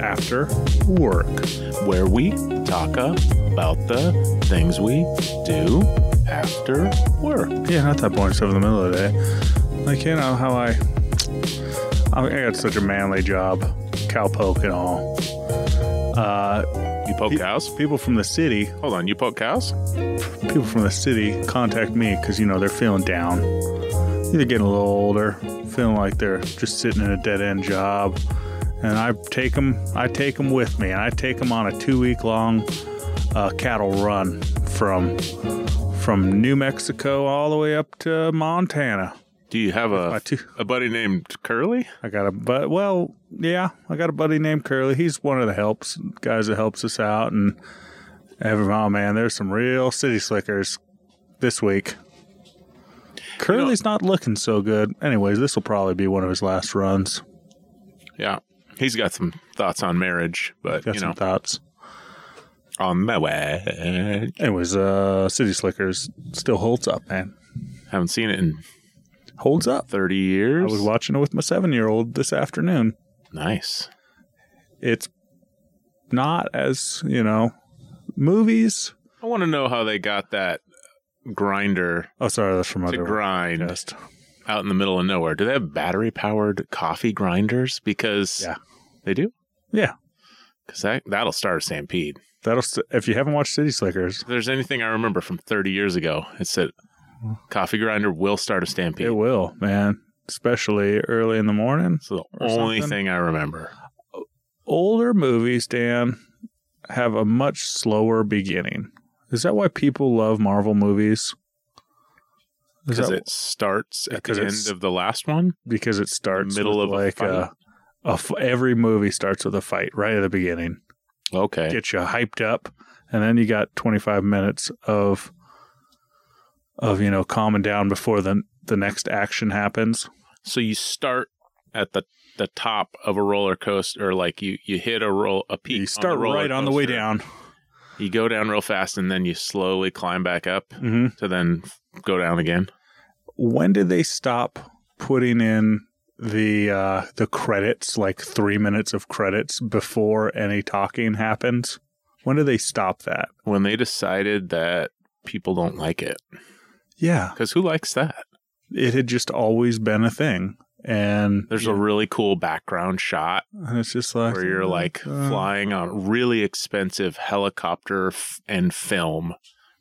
After Work, where we talk about the things we do after work. Yeah, not that boring stuff in the middle of the day. Like, you know, how I. I got such a manly job, cowpoke and all. Uh, You poke cows? people from the city, Hold on, you poke cows? people from the city contact me because, you know, they're feeling down. They're getting a little older, feeling like they're just sitting in a dead end job. And I take them, I take 'em with me, and I take them on a two week long uh, cattle run from from New Mexico all the way up to Montana. Do you have My a, two, a buddy named Curly? I got a but well, yeah, I got a buddy named Curly. He's one of the helps guys that helps us out and every oh man, there's some real city slickers this week. Curly's not looking so good. Anyways, this will probably be one of his last runs. Yeah. He's got some thoughts on marriage, but, Got you some know, thoughts. on my way. Anyways, uh City Slickers still holds up, man. Haven't seen it in Holds up. 30 I years. was watching it with my seven year old this afternoon. nice. It's not as, you know, movies. I want to know how they got that grinder Oh sorry, that's from to other grind podcast. out in the middle of nowhere. Do they have battery powered coffee grinders? Because Yeah. they do. Yeah. Because that, that'll start a stampede. That'll st- if you haven't watched City Slickers, If there's anything I remember from 30 years ago, it's that coffee grinder will start a stampede. Mm-hmm. it will, man. Especially early in the morning. It's the or only something. thing I remember. Older movies, Dan, have a much slower beginning. Is that why people love Marvel movies? Is Because that- it starts at Because the it's- end of the last one. because it starts middle with of a like fight? a, a f- every movie starts with a fight right at the beginning. Okay. get you hyped up and then you got 25 minutes of of you know calming down before the the next action happens so you start at the the top of a roller coaster, or like you you hit a roll a peak. you start on the roller right on the way coaster. down You go down real fast, and then you slowly climb back up hmm to then f- go down again. when did they stop putting in the uh the credits like three minutes of credits before any talking happens when did they stop that When they decided that people don't like it, yeah because who likes that? it had just always been a thing and There's a really cool background shot and it's just like where you're like uh, flying on a really expensive helicopter f- and film,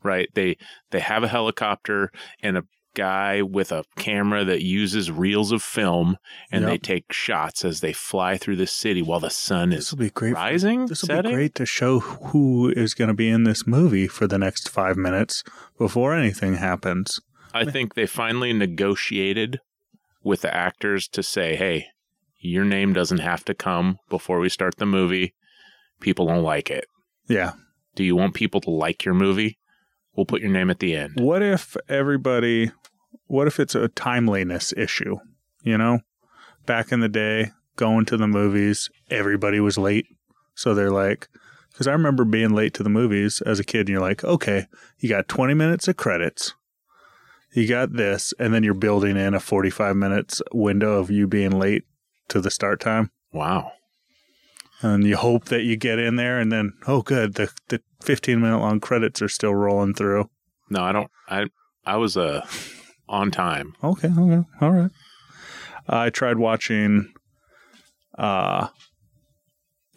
right? They they have a helicopter and a guy with a camera that uses reels of film and Yep. they take shots as they fly through the city while the sun this is will be great for rising. This will be setting? great to show who is going to be in this movie for the next five minutes before anything happens. I think they finally negotiated with the actors to say, "Hey, your name doesn't have to come before we start the movie. People don't like it. Yeah. Do you want people to like your movie? We'll put your name at the end." What if everybody, what if it's a timeliness issue? You know, back in the day, going to the movies, everybody was late. So they're like, because I remember being late to the movies as a kid, and you're like, okay, you got 20 minutes of credits. You got this, and then you're building in a 45 minutes window of you being late to the start time. Wow. and you hope that you get in there and then oh good the, the 15 minute long credits are still rolling through No, I don't. I I was uh, on time. okay okay all right i tried watching uh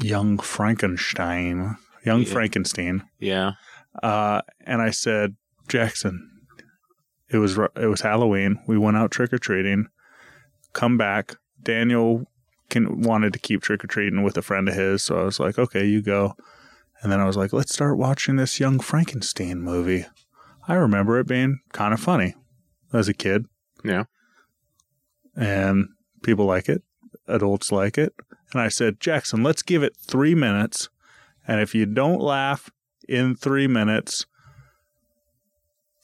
young frankenstein young Yeah. frankenstein Yeah. uh and i said jackson it was ru- it was halloween we went out trick-or-treating come back daniel can wanted to keep trick-or-treating with a friend of his so i was like okay you go and then i was like let's start watching this young frankenstein movie i remember it being kind of funny as a kid Yeah. and people like it adults like it and i said jackson let's give it three minutes and if you don't laugh in three minutes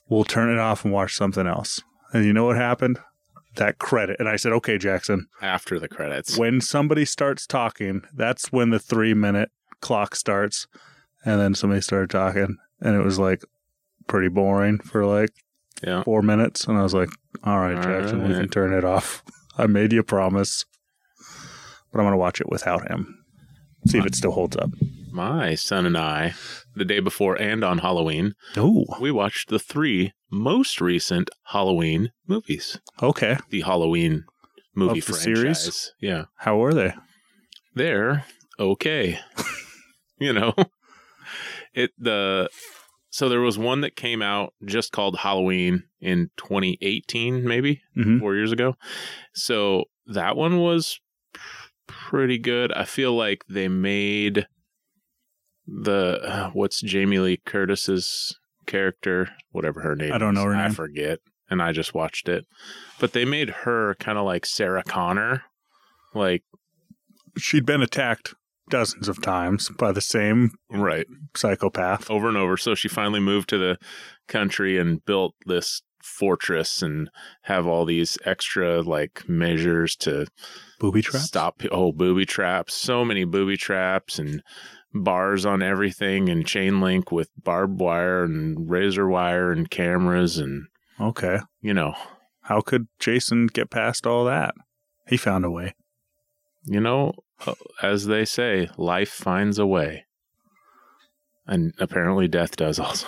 we'll turn it off and watch something else and you know what happened that credit and i said okay jackson After the credits. when somebody starts talking, that's when the three minute clock starts. And then somebody started talking, and it was like pretty boring for like Yeah. four minutes. And I was like, all right, All Jackson, we can right. turn it off. I made you a promise, but I'm going to watch it without him. See if it still holds up. My son and I, the day before and on Halloween, Oh, we watched the three most recent Halloween movies. okay. The Halloween movie Of the franchise. series? Yeah. How are they? They're okay. you know. It the so there was one that came out just called Halloween in 2018 maybe, Mhm. 4 years ago. So that one was pretty good. I feel like they made the uh, what's Jamie Lee Curtis's character, whatever her name I don't know is. her I name. forget. And I just watched it. But they made her kind of like Sarah Connor. Like She'd been attacked dozens of times by the same right. psychopath. over and over. So she finally moved to the country and built this fortress and have all these extra like measures to Booby trap. stop oh booby traps, so many booby traps and bars on everything and chain link with barbed wire and razor wire and cameras and Okay. you know, How could Jason get past all that? He found a way. you know, uh, as they say, life finds a way. And apparently death does also.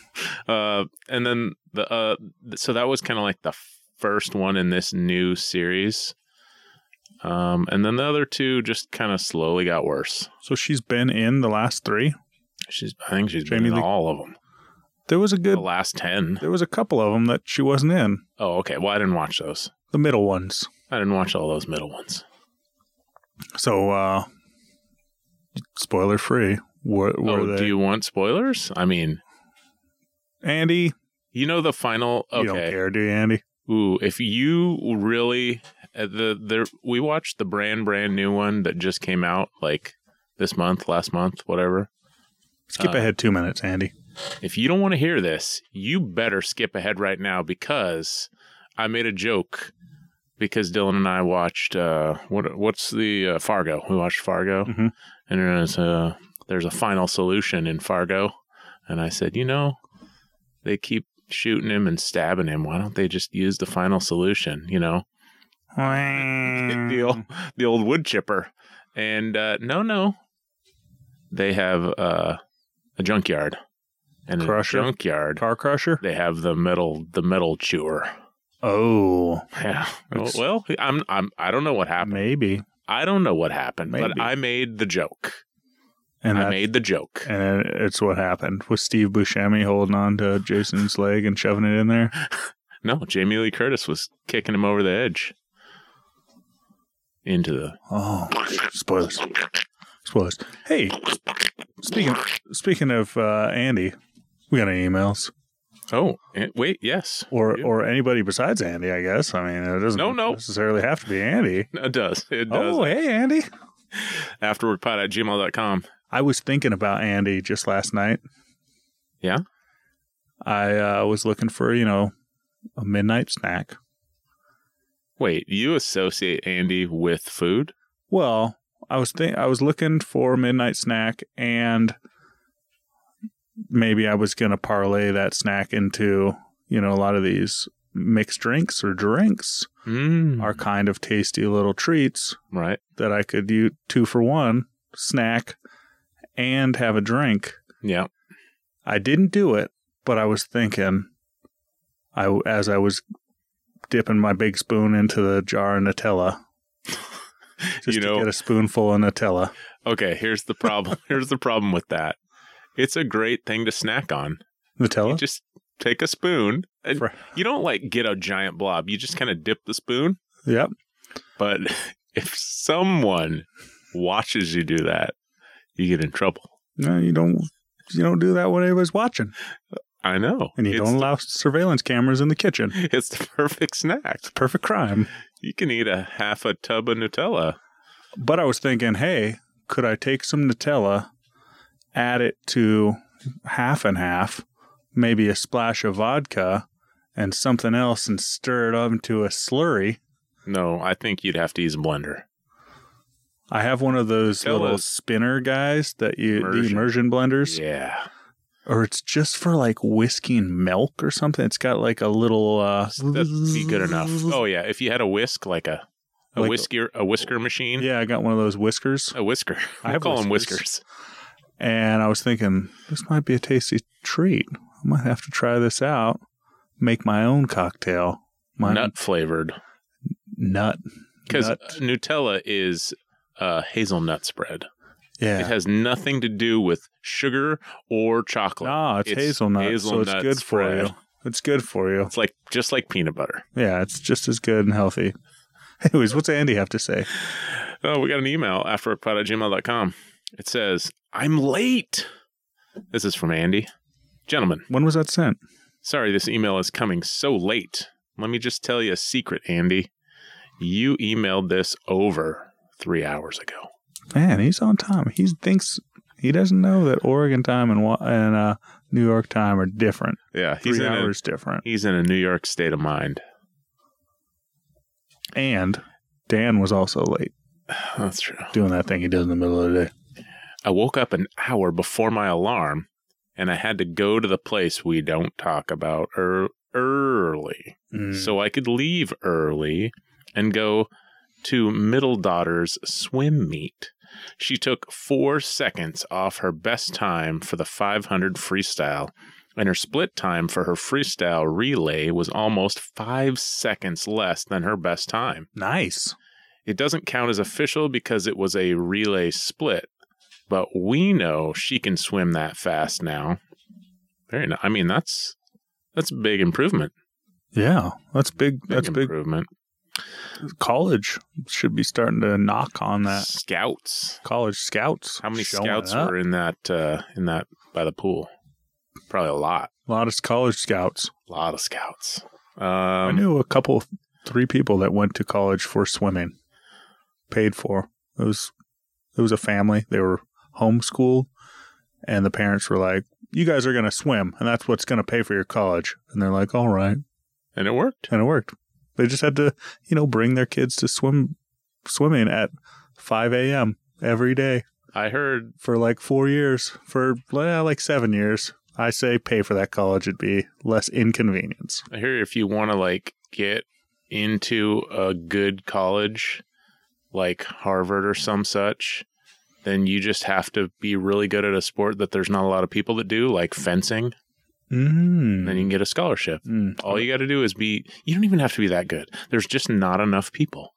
uh, and then the uh, so that was kind of like the first one in this new series. Um, and then the other two just kind of slowly got worse. So she's been in the last three. She's I think she's Jamie been in Lee- all of them. There was a The good. last 10. There was a couple of them that she wasn't in. Oh, okay. Well, I didn't watch those. The middle ones. I didn't watch all those middle ones. So, uh, spoiler free. Were, were Oh, they? do you want spoilers? I mean, Andy, you know the final okay. you don't care, do you, Andy? Ooh, if you really uh, the there we watched the brand brand new one that just came out like this month, last month, whatever. Skip Uh, ahead two minutes, Andy. If you don't want to hear this, you better skip ahead right now because I made a joke because Dylan and I watched uh what what's the uh, Fargo? We watched Fargo, Mhm. and there's a there's a final solution in Fargo, and I said, you know, they keep shooting him and stabbing him. Why don't they just use the final solution? You know. the old, the old wood chipper. And uh, no, no, they have uh, a junkyard and in Crusher? a junkyard. Car crusher? They have the metal, the metal chewer. Oh, Yeah. It's- Well, I'm, I'm, I don't know what happened. maybe. I don't know what happened, but Maybe. I made the joke. And I that- made the joke. and it- it's what happened with Steve Buscemi holding on to Jason's leg and shoving it in there. No, Jamie Lee Curtis was kicking him over the edge into the. Oh, spoilers! Spoilers. Hey, speaking speaking of uh, Andy, we got any emails Oh, eh, wait, yes, or Yeah. or anybody besides Andy? I guess. I mean, it doesn't No, no. necessarily have to be Andy. it does. It does. Oh, hey, Andy. Afterwardpod at gmail.com. I was thinking about Andy just last night. Yeah? I uh, was looking for you know a midnight snack. Wait, you associate Andy with food? Well, I was think I was looking for midnight snack, and maybe I was gonna parlay that snack into you know a lot of these mixed drinks or drinks Mm. are kind of tasty little treats right. that I could do two for one snack and have a drink. Yeah. I didn't do it, but I was thinking, I as I was dipping my big spoon into the jar of Nutella. Just You to know- get a spoonful of Nutella. Okay, here's the problem. here's the problem with that. It's a great thing to snack on. You Nutella? just take a spoon and Fr- you don't like get a giant blob. You just kind of dip the spoon. Yep. But if someone watches you do that, you get in trouble. No, you don't. You don't do that when everybody's watching, I know. and you it's, don't allow surveillance cameras in the kitchen. it's the perfect snack. Perfect crime. You can eat a half a tub of Nutella. But I was thinking, hey, could I take some Nutella, add it to half and half, maybe a splash of vodka, and something else, and stir it up into a slurry? No, I think you'd have to use a blender. I have one of those Nutella's- little spinner guys that you the Immersion. immersion blenders, Yeah. or it's just for like whiskey and milk or something. It's got like a little uh, That'd be good enough. Oh yeah, if you had a whisk, like a A Like- whisker, a whisker machine. Yeah, I got one of those whiskers, A whisker. I I have call them whiskers. whiskers. and I was thinking this might be a tasty treat. I might have to try this out. Make my own cocktail. My Nut flavored. nut. Because Nut. Nutella is uh, hazelnut spread. It Yeah. has nothing to do with sugar or chocolate. Ah, it's, It's hazelnut, so it's hazelnut good for spread. you. It's good for you. It's like just like peanut butter. Yeah, it's just as good and healthy. Anyways, what's Andy have to say? Oh, we got an email after gmail.com. It says, I'm late. This is from Andy. Gentlemen, When was that sent? Sorry, this email is coming so late. Let me just tell you a secret, Andy. You emailed this over three hours ago. Man, he's on time. He thinks he doesn't know that Oregon time and Wa- and uh, New York time are different. Yeah, Three he's in, a, hours different. he's in a New York state of mind. And Dan was also late That's true. doing that thing he does in the middle of the day. I woke up an hour before my alarm and I had to go to the place we don't talk about er- early Mm. so I could leave early and go to middle daughter's swim meet. She took four seconds off her best time for the 500 freestyle, and her split time for her freestyle relay was almost five seconds less than her best time. nice. It doesn't count as official because it was a relay split, but we know she can swim that fast now. Very nice. I mean, that's that's a big improvement. Yeah, that's big. Big That's big. improvement. College should be starting to knock on that. Scouts. College scouts. How many showing scouts up. were in that uh, in that by the pool? Probably a lot. A lot of college scouts. A lot of scouts. I Um, knew a couple, three people that went to college for swimming, paid for. It was, it was a family. They were homeschooled, and the parents were like, "You guys are gonna swim, and that's what's gonna pay for your college." And they're like, "All right," and it worked. and it worked. They just had to, you know, bring their kids to swim, swimming at 5 a.m. every day I heard for like four years, for well, like seven years. I say pay for that college; it'd be less inconvenience. I hear if you want to like get into a good college like Harvard or some such, then you just have to be really good at a sport that there's not a lot of people that do, like fencing, Mm. and then you can get a scholarship. Mm. All you got to do is be you don't even have to be that good. There's just not enough people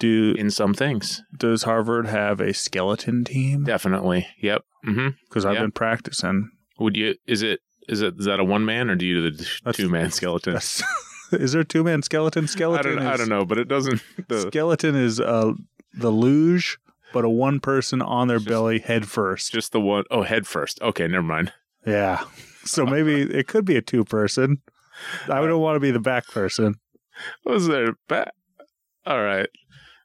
do in some things. Does Harvard have a skeleton team? Definitely. Yep. Mhm. Because I've Yeah. been practicing. Would you? Is it? Is it? Is that a one man or do you do the That's- two man skeleton? That's- is there two man skeleton? I Skeleton. don't. I is- don't know, but it doesn't. The, Skeleton is uh, the luge, but a one person on their Just- belly head first. just the one oh head first. Okay, never mind. yeah. So maybe it could be a two person. I don't want to be the back person. What was there? Ba- All right.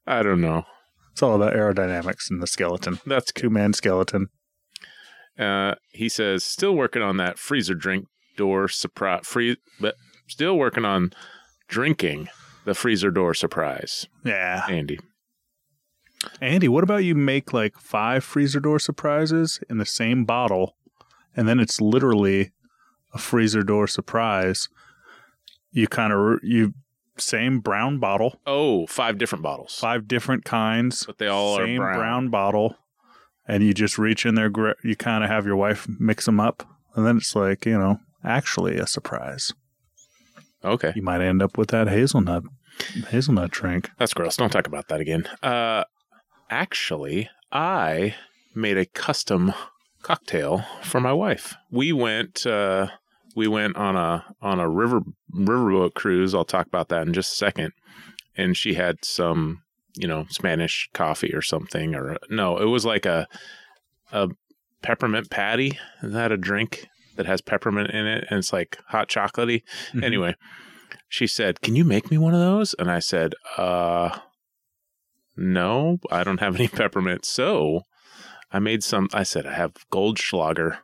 I don't know. It's all about aerodynamics and the skeleton. That's Two man skeleton. Uh, he says, still working on that freezer drink door surprise. Free, but still working on drinking the freezer door surprise. Yeah. Andy, Andy, what about you make like five freezer door surprises in the same bottle, and then it's literally a freezer door surprise. You kind of you same brown bottle, oh, five different bottles, five different kinds, but they all same are brown. bottle, and you just reach in there. gra- You kind of have your wife mix them up, and then it's like you know actually a surprise. Okay, You might end up with that hazelnut hazelnut drink. that's gross. Don't talk about that again. Uh, actually, I made a custom cocktail for my wife. We went uh, we went on a on a river riverboat cruise. I'll talk about that in just a second. And she had some, you know, Spanish coffee or something, or no, it was like a a peppermint patty. Is that a drink that has peppermint in it? And it's like hot chocolatey. Mhm. Anyway, she said, "Can you make me one of those?" And I said, "Uh, no, I don't have any peppermint." So I made some. I said, "I have Goldschlager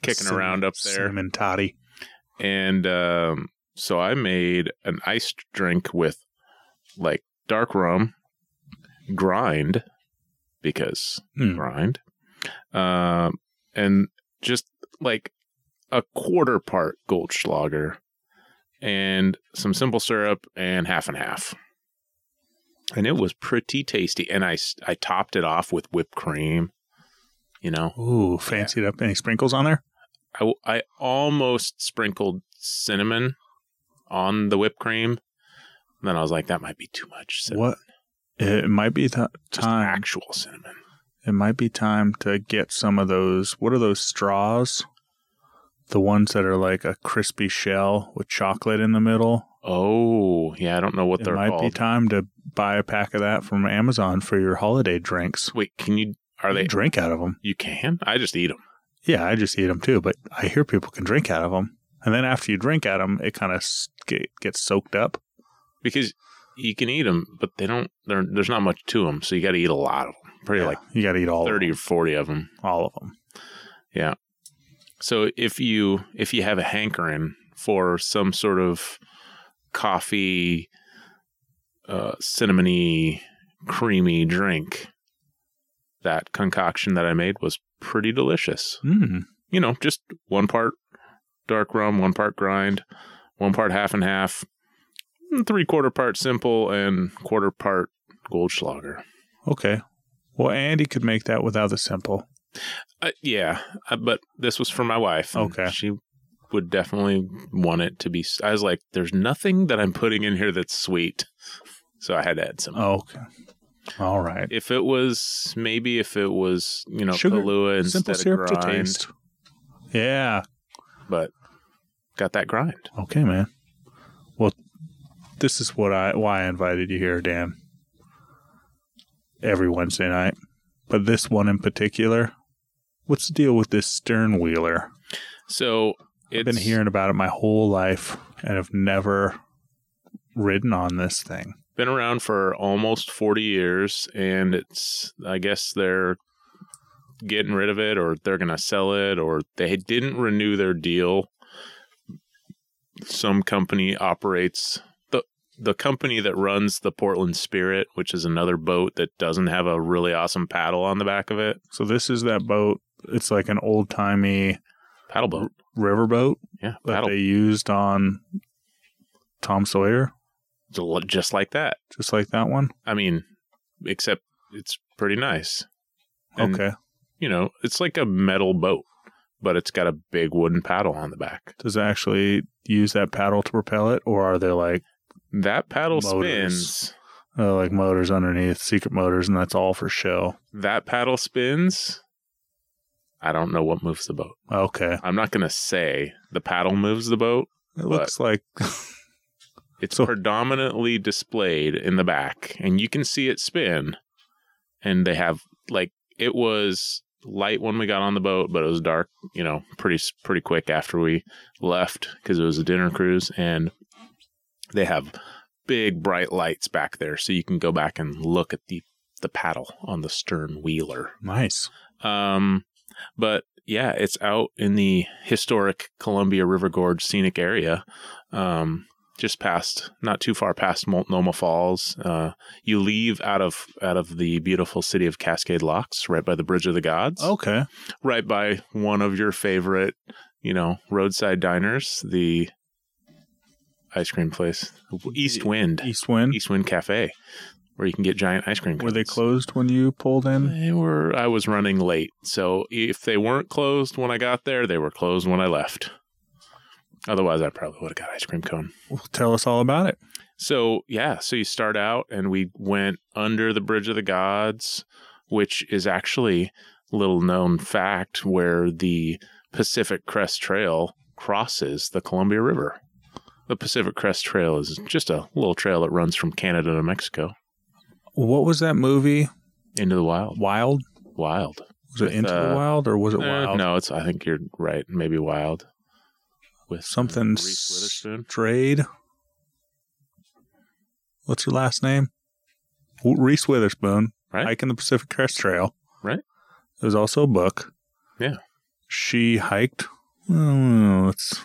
kicking Cinnamon- around up there," cinnamon toddy. and um, so I made an iced drink with like dark rum, grind, because Hmm. grind. Um, and just like a quarter part Goldschlager and some simple syrup and half and half. and it was pretty tasty. And I s- I topped it off with whipped cream. You know, Ooh, fancied up. Any sprinkles on there? I w- I almost sprinkled cinnamon on the whipped cream. And then I was like, that might be too much. Cinnamon. What? It might be th- Just time. actual cinnamon. It might be time to get some of those. What are those straws? The ones that are like a crispy shell with chocolate in the middle. Oh, yeah. I don't know what It they're might called. be time to buy a pack of that from Amazon for your holiday drinks. Wait, can you? Are they? drink out of them? You can? I just eat them. Yeah, I just eat them too, but I hear people can drink out of them. And then after you drink out of them, it kind of get, gets soaked up. because you can eat them, but they don't. They're, there's not much to them, so you got to eat a lot of them. Probably Yeah, like you got to eat all thirty of or forty of them. them, all of them. So if you if you have a hankering for some sort of coffee, uh, cinnamony, creamy drink, that concoction that I made was pretty delicious. Mm, You know, just one part dark rum, one part grind, one part half and half, three quarter part simple, and quarter part Goldschlager. okay. Well, Andy could make that without the simple. Uh, yeah, uh, but this was for my wife. and Okay. She would definitely want it to be. s- I was like, there's nothing that I'm putting in here that's sweet. So I had to add some. Okay. All right. If it was, maybe if it was, you know, Sugar, Kahlua instead simple of syrup grind, to taste. Yeah. but got that grind. Okay, man. Well, this is what I why I invited you here, Dan. Every Wednesday night, but this one in particular. What's the deal with this stern wheeler? So it's I've been hearing about it my whole life and have never ridden on this thing. been around for almost 40 years and it's i guess they're getting rid of it or they're going to sell it or they didn't renew their deal some company operates the the company that runs the portland spirit which is another boat that doesn't have a really awesome paddle on the back of it So this is that boat. It's like an old timey paddle boat riverboat yeah that paddle they used on Tom Sawyer, just like that just like that one. i mean except it's pretty nice And- Okay. you know, it's like a metal boat, but it's got a big wooden paddle on the back. Does it actually use that paddle to propel it, or are they like That paddle Motors. spins. uh, like motors underneath, secret motors, and that's all for show? That paddle spins. I don't know what moves the boat. Okay. I'm not going to say the paddle moves the boat. It looks like It's So- predominantly displayed in the back, and you can see it spin. And they have like it was light when we got on the boat, but it was dark, you know, pretty s- pretty quick after we left because it was a dinner cruise, and they have big bright lights back there, so you can go back and look at the the paddle on the stern wheeler. nice. Um, but yeah, it's out in the historic Columbia River Gorge scenic area, um, just past, not too far past Multnomah Falls. Uh, you leave out of out of the beautiful city of Cascade Locks, right by the Bridge of the Gods, Okay. right by one of your favorite, you know, roadside diners, the ice cream place, East Wind, East Wind. East Wind Cafe, where you can get giant ice cream. Were they cones. closed when you pulled in? They were. I was running late, so if they weren't closed when I got there, they were closed when I left. Otherwise, I probably would have got ice cream cone. Well, tell us all about it. So yeah, so you start out, and we went under the Bridge of the Gods, which is actually little known fact where the Pacific Crest Trail crosses the Columbia River. The Pacific Crest Trail is just a little trail that runs from Canada to Mexico What was that movie? into the wild. Wild? Wild. Was it Into uh, the Wild or was it Eh, Wild? No, it's. I think you're right. Maybe wild. With Something Reese Witherspoon. Strayed. What's her last name? W- Reese Witherspoon. Right. Hike in the Pacific Crest Trail. Right. There's also a book. Yeah. She hiked. Oh, let's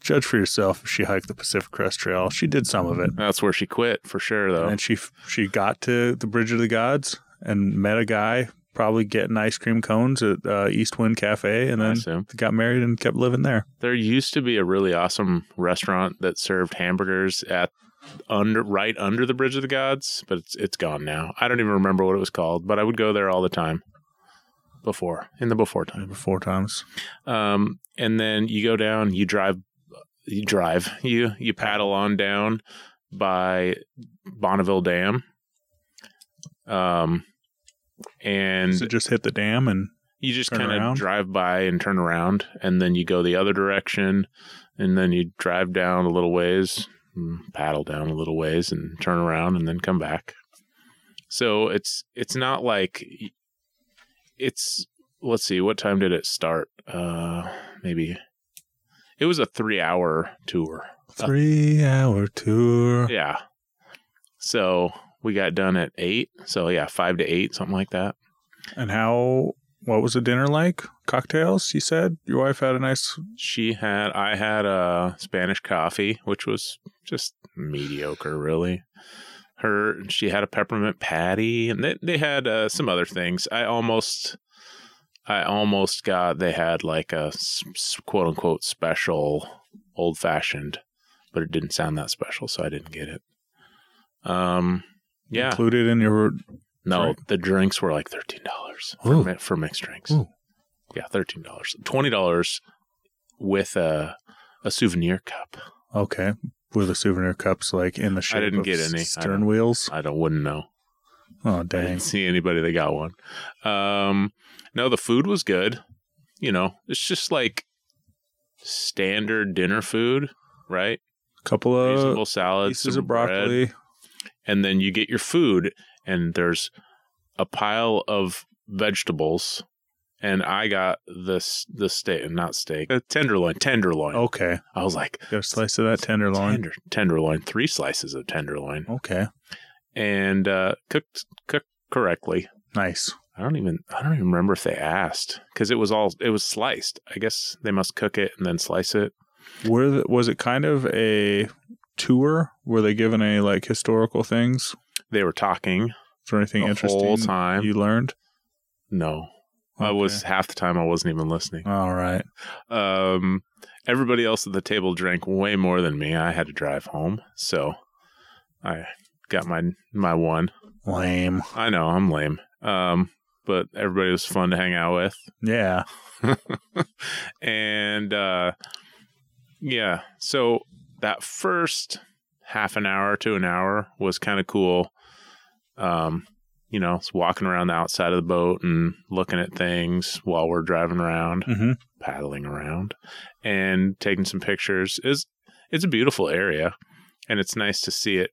judge for yourself if she hiked the Pacific Crest Trail. She did some of it. That's where she quit for sure, though. And she f- she got to the Bridge of the Gods and met a guy probably getting ice cream cones at uh, East Wind Cafe and I then assume got married and kept living there. there used to be a really awesome restaurant that served hamburgers at under right under the Bridge of the Gods, but it's it's gone now. I don't even remember what it was called, but I would go there all the time. Before in the before time. Maybe four times. Um, and then you go down, you drive, you drive, you you paddle on down by Bonneville Dam. Um, and so just hit the dam and you just turn kind of around? drive by and turn around, and then you go the other direction, and then you drive down a little ways, and paddle down a little ways, and turn around, and then come back. So it's it's not like it's let's see what time did it start? Uh, maybe it was a three hour tour. three hour tour. Yeah. So we got done at eight. So yeah, five to eight, something like that. And how? What was the dinner like? Cocktails? You said your wife had a nice. she had i had a spanish coffee which was just mediocre really her she had a peppermint patty and they, they had uh, some other things i almost i almost got they had like a s- s- quote unquote special old fashioned but it didn't sound that special so i didn't get it um yeah Included in your no Sorry. the drinks were like $13 for, Ooh. mi- for mixed drinks Ooh. yeah $13 $20 with a a souvenir cup. okay with the souvenir cups like in the shape. didn't of get s- any. I stern don't- wheels. I don't wouldn't know. Oh I dang! didn't see anybody that got one. Um, no, the food was good. You know, it's just like standard dinner food, right? Couple of Reasonable salads, Uh, pieces some of bread. broccoli. and then you get your food and there's a pile of vegetables and i got this the steak not steak a tenderloin tenderloin Okay, i was like got a slice of that Oh. tenderloin. tender, tenderloin three slices of tenderloin Okay, and uh cooked cooked correctly nice. i don't even i don't even remember if they asked because it was all it was sliced i guess they must cook it and then slice it Were the, was it kind of a tour? Were they given any like historical things? they were talking Is there anything the interesting whole time you learned? no i was half the time i wasn't even listening Okay. all right. um, everybody else at the table drank way more than me. I had to drive home, so I got my my one. Lame. I know I'm lame, um, but everybody was fun to hang out with, Yeah. and uh, yeah. So that first half an hour to an hour was kind of cool. Um, you know, it's walking around the outside of the boat and looking at things while we're driving around Mm-hmm. paddling around and taking some pictures. is It's a beautiful area, and it's nice to see it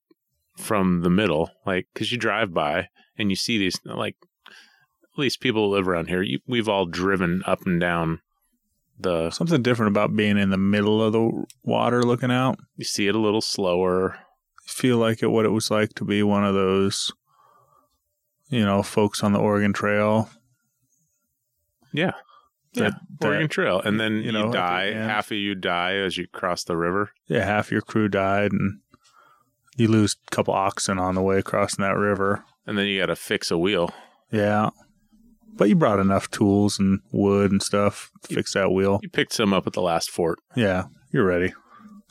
from the middle, like because you drive by and you see these like at least people who live around here. You, we've all driven up and down the. Uh, Something different about being in the middle of the water looking out. You see it a little slower. Feel like it what it was like to be one of those, you know, folks on the Oregon Trail. Yeah. That, that- Oregon Trail, and then you you, know, at the die. end. Half of you die as you cross the river. yeah, half your crew died, and you lose a couple oxen on the way crossing that river. And then you got to fix a wheel. Yeah. But you brought enough tools and wood and stuff to You- fix that wheel. You picked some up at the last fort. Yeah, you're ready.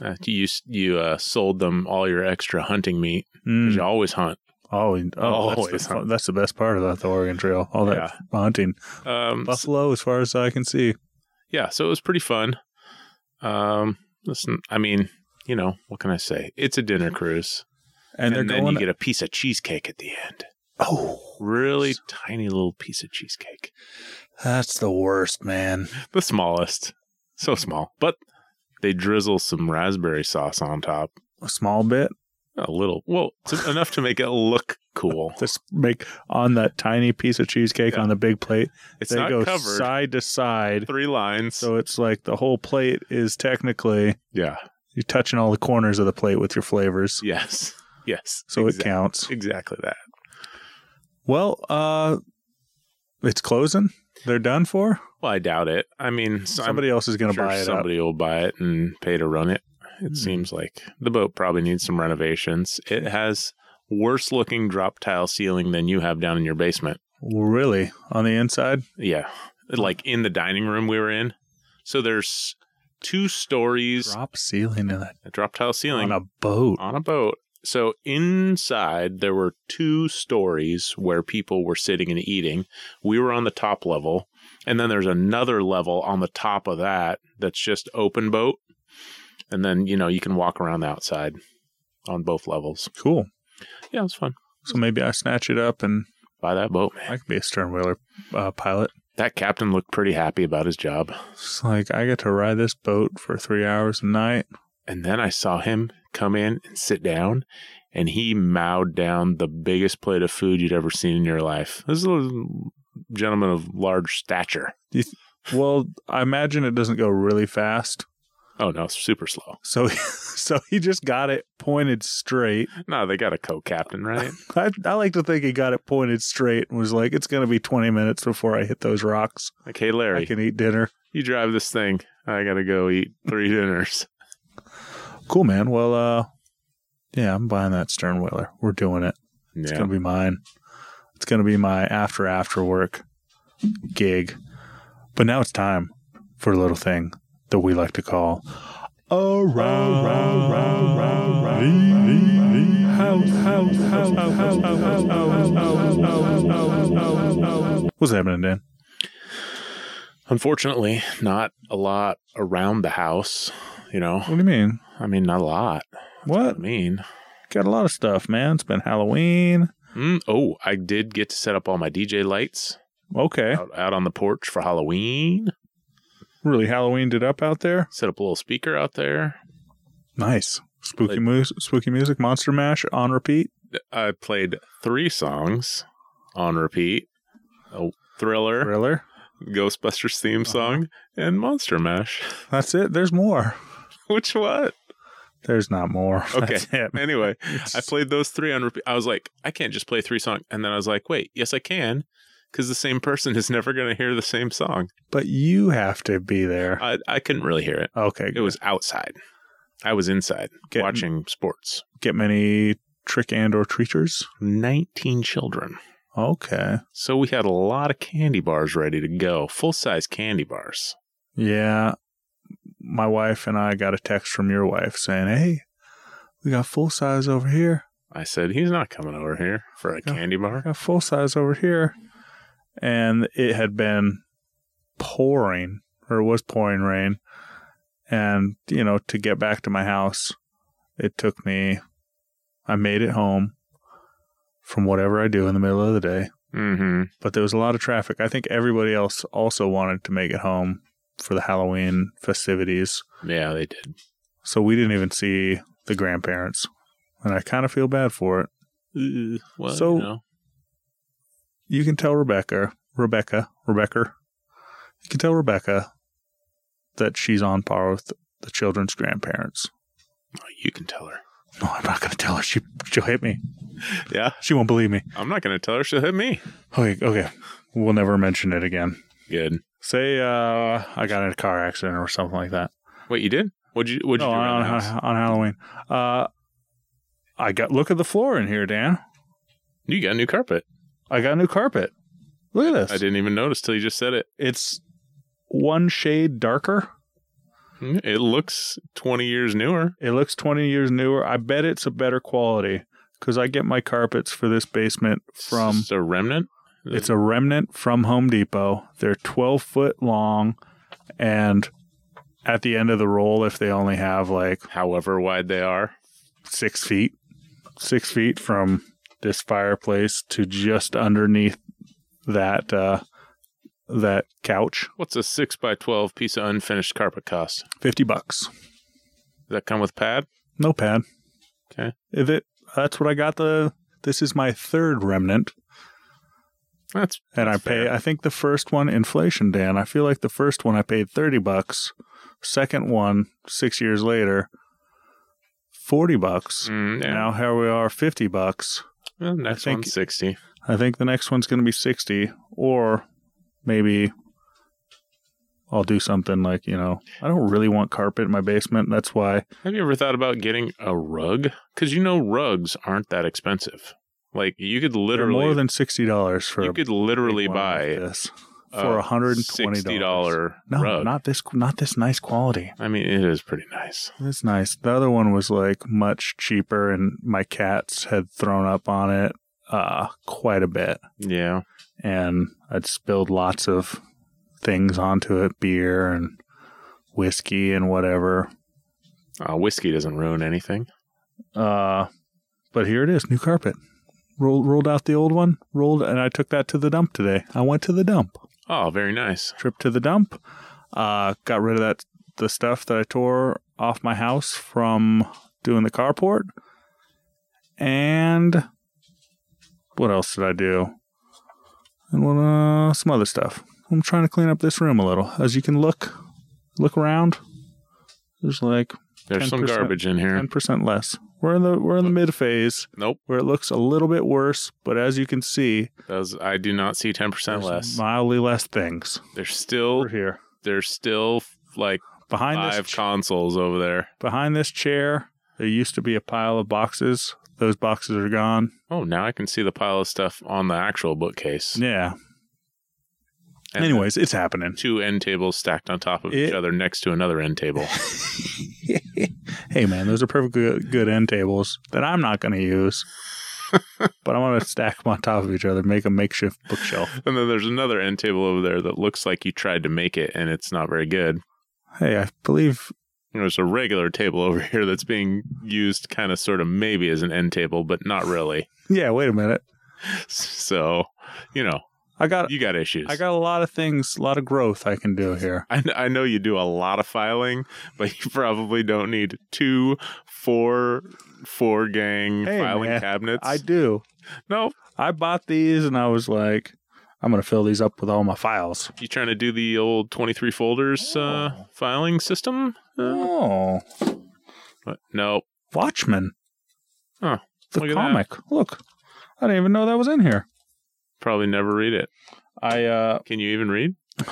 Uh, you you uh, sold them all your extra hunting meat 'Cause Mm. you always hunt. Oh, and- oh that's, Always, the, fun- huh? that's the best part about the Oregon Trail. All that hunting. Um, s- Buffalo, as far as I can see. yeah. So it was pretty fun. Um, listen, I mean, you know, what can I say? It's a dinner cruise, And, they're then going. you get a piece of cheesecake at the end. oh, Really tiny little piece of cheesecake, that's the worst, man. the smallest, so small, but they drizzle some raspberry sauce on top. A small bit. A little, well, to, enough to make it look cool. Just make on that tiny piece of cheesecake Yeah. on the big plate. It's they not go covered. side to side. Three lines. So it's like the whole plate is technically yeah. you're touching all the corners of the plate with your flavors. Yes. Yes. So Exact- it counts. Exactly that. Well, uh it's closing. They're done for. Well, I doubt it. I mean, some, Somebody else is going to sure buy it up. somebody will buy it and pay to run it. It Hmm. seems like the boat probably needs some renovations. It has worse looking drop tile ceiling than you have down in your basement. Really? On the inside? Yeah. Hmm. Like in the dining room we were in. So there's two stories Drop ceiling in that drop tile ceiling on a boat. on a boat So inside, there were two stories where people were sitting and eating. We were on the top level, and then there's another level on the top of that that's just open boat. And then, you know, you can walk around the outside on both levels. Cool. Yeah, it's fun. So maybe I snatch it up and Buy that boat, man. I could be a stern whaler uh, pilot. That captain looked pretty happy about his job. It's like I get to ride this boat for three hours a night. And then I saw him come in and sit down, and he mowed down the biggest plate of food you'd ever seen in your life. This is a gentleman of large stature. Well, I imagine it doesn't go really fast. Oh, no, super slow. So, so he just got it pointed straight. No, they got a co captain, right? I, I like to think he got it pointed straight and was like, "It's going to be twenty minutes before I hit those rocks. like, hey, Larry, I can eat dinner." you drive this thing. I got to go eat three dinners. Cool, man. Well, uh, yeah, I'm buying that stern whaler. We're doing it. It's Yeah. gonna be mine. It's gonna be my after after work gig. But now it's time for a little thing that we like to call around, round, round, round, round, house, house, house, house, house, house, house, house, house, house, house, house. What's happening, Dan? Unfortunately, not a lot around the house, you know? What do you mean? I mean, not a lot. I What? mean, Got a lot of stuff, man. It's been Halloween. mm, oh, I did get to set up all my DJ lights Okay. out, out on the porch for Halloween. Really Halloweened it up out there. Set up a little speaker out there. Nice. Spooky, Like- mu- spooky music, Monster Mash on repeat. I played three songs on repeat a thriller, Thriller. Ghostbusters theme song, and Monster Mash. That's it. There's more. Which what? There's not more. Okay. That's it. Anyway, I It's- played those three on repeat. I was like, I can't just play three songs. And then I was like, wait, yes, I can. Because the same person is never going to hear the same song. but you have to be there. I, I couldn't really hear it. okay. It was outside. I was inside Get- watching sports. Get many trick and or treaters. 19 children. Okay. So we had a lot of candy bars ready to go, full size candy bars. Yeah. My wife and I got a text from your wife saying, hey, we got full size over here. I said, he's not coming over here for a Yeah. candy We bar. got full size over here. And it had been pouring or it was pouring rain. And, you know, to get back to my house, it took me, I made it home from whatever I do in the middle of the day. Mm-hmm. But there was a lot of traffic. I think everybody else also wanted to make it home for the Halloween festivities. Yeah, they did. So we didn't even see the grandparents. And I kind of feel bad for it. Well, So- you know, you can tell Rebecca, Rebecca, Rebecca, you can tell Rebecca that she's on par with the children's grandparents. oh, you can tell her. No, I'm not going to tell her. She, she'll hit me. Yeah, She won't believe me. I'm not going to tell her. She'll hit me. Okay, okay. We'll never mention it again. Good. Say uh, I got in a car accident or something like that. Wait, you did? What'd you, what'd you No, do on, around the house? on, on Halloween. Uh, I got look at the floor in here, Dan. You got new carpet. I got new carpet. Look at this. I didn't even notice till you just said it. It's one shade darker. Mm, It looks 20 years newer. It looks 20 years newer. I bet it's a better quality because I get my carpets for this basement It's from. just a remnant. It's a remnant from Home Depot. They're 12 foot long, and at the end of the roll, if they only have like however wide they are. six feet, six feet from this fireplace to just underneath that uh, that couch, What's a six by twelve piece of unfinished carpet cost? 50 bucks. Does that come with pad? No pad. Okay. If it, that's what I got. The this is my third remnant. That's and I That's pay. fair. I think the first one, inflation, Dan. I feel like the first one I paid thirty bucks. Second one, six years later, forty bucks. mm, yeah. Now here we are, fifty bucks. Well, next think- one's sixty. I think the next one's going to be sixty, or maybe I'll do something like you know. I don't really want carpet in my basement. That's why Have you ever thought about getting a rug? Because you know rugs aren't that expensive. Like you could they're literally more than sixty dollars for. you a big could literally one like buy this. for a hundred and twenty sixty dollars. No, dollar rug. not this. Not this nice quality. I mean, it is pretty nice. It's nice. The other one was like much cheaper, and my cats had thrown up on it uh, quite a bit, Yeah, and I'd spilled lots of things onto it, beer and whiskey and whatever. uh, whiskey doesn't ruin anything. Uh, but here it is, new carpet. Rolled rolled out the old one. Rolled, and I took that to the dump today. I went to the dump. Oh, very nice. trip to the dump. Uh, got rid of that the stuff that I tore off my house from doing the carport. And what else did I do? And what, uh, some other stuff. I'm trying to clean up this room a little. As you can look, look around. There's like There's some 10%. garbage in here. ten percent less. We're in the we're in the mid phase Nope, where it looks a little bit worse, but as you can see, those, I do not see ten percent there's less. mildly less things. There's still We're here there's still like behind five this consoles over there. Behind this chair, there used to be a pile of boxes. Those boxes are gone. Oh, now I can see the pile of stuff on the actual bookcase. Yeah. And Anyways, it's happening. two end tables stacked on top of each It- other next to another end table. Hey, man, those are perfectly good, good end tables that I'm not going to use, but I want to stack them on top of each other, make a makeshift bookshelf. and then there's another end table over there that looks like you tried to make it and it's not very good. Hey, I believe There's a regular table over here that's being used kind of sort of maybe as an end table, but not really. yeah. Wait a minute, So, you know, I got you got issues. Uh, I got a lot of things, a lot of growth I can do here. I, kn- I know you do a lot of filing, but you probably don't need two, four, four gang Hey, filing man, cabinets. I do. no, I bought these and I was like, I'm going to fill these up with all my files. you trying to do the old twenty three folders uh, Oh. filing system? Uh, Oh, but no, Watchmen. Huh. The Look at comic. Look. I didn't even know that was in here. probably never read it. I uh Can you even read?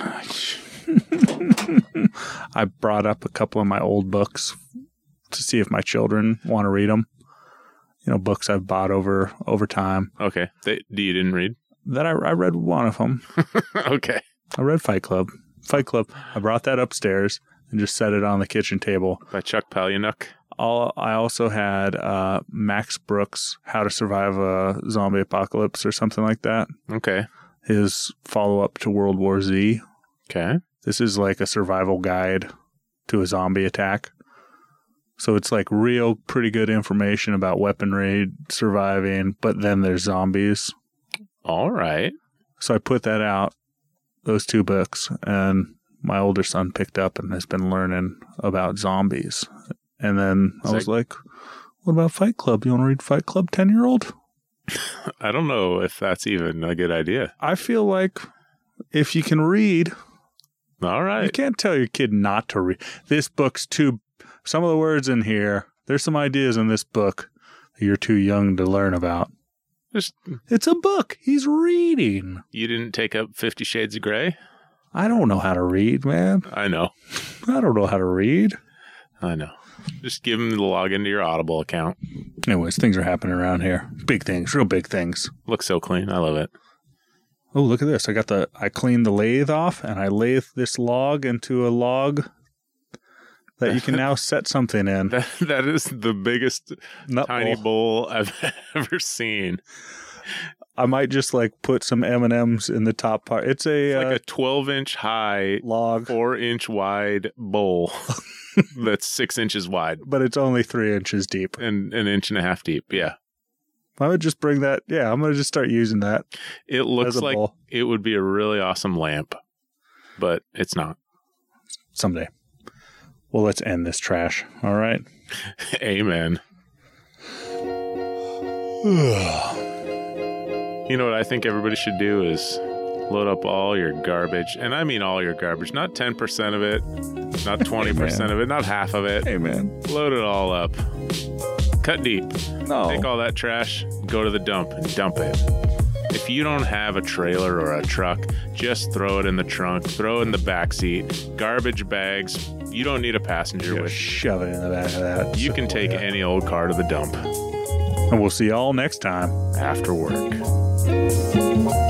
I brought up a couple of my old books to see if my children want to read them. You know, books I've bought over over time. Okay, they, you didn't read. That I, I read one of them. okay, I read Fight Club. Fight Club. I brought that upstairs and just set it on the kitchen table. by Chuck Palahniuk. All I also had uh, Max Brooks' How to Survive a Zombie Apocalypse or something like that. Okay, his follow up to World War Z. okay, This is like a survival guide to a zombie attack. So it's like real pretty good information about weaponry, surviving, but then there's zombies. all right. So I put that out, those two books, and my older son picked up and has been learning about zombies. And then I Is was that- like, what about Fight Club? You want to read Fight Club 10 year old? I don't know if that's even a good idea. I feel like if you can read, All You right, can't tell your kid not to read. This book's too. Some of the words in here, there's some ideas in this book that you're too young to learn about. Just- It's a book. He's reading. you didn't take up Fifty Shades of Grey. I don't know how to read, man. I know, I don't know how to read. I know. Just give him the login to your Audible account. Anyways, things are happening around here. Big things, real big things. Looks so clean. I love it. Oh, look at this. I got the, I cleaned the lathe off and I lathe this log into a log that you can now set something in. That that is the biggest Nut tiny bowl. bowl I've ever seen. I might just like put some M&Ms in the top part. It's a, It's uh, like a twelve inch high, log, four inch wide bowl that's six inches wide but it's only three inches deep. and an inch and a half deep. Yeah, I would just bring that. Yeah, I'm gonna just start using that. it looks as a like bowl it would be a really awesome lamp, but it's not. someday. Well, let's end this trash. All right. Amen. You know what I think everybody should do is load up all your garbage, and I mean all your garbage, not 10% of it, not 20% of it, not half of it. hey, man. Load it all up. Cut deep. Take No. all that trash, go to the dump, and dump it. If you don't have a trailer or a truck, just throw it in the trunk, throw it in the back seat, garbage bags. You don't need a passenger Just with Shove it in the back of that. you can take it. any old car to the dump And we'll see y'all next time. after work.